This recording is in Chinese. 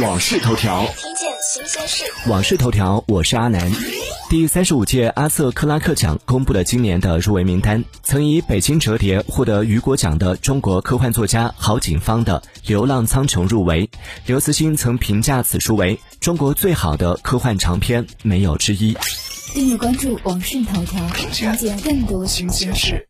往事头条，听见新鲜事，往事头条，我是阿南。第三十五届阿瑟克拉克奖公布了今年的入围名单，曾以《北京折叠》获得雨果奖的中国科幻作家郝景芳的《流浪苍穹》入围。刘慈欣曾评价此书为中国最好的科幻长篇，没有之一。订阅关注网讯头条，了解更多新鲜事。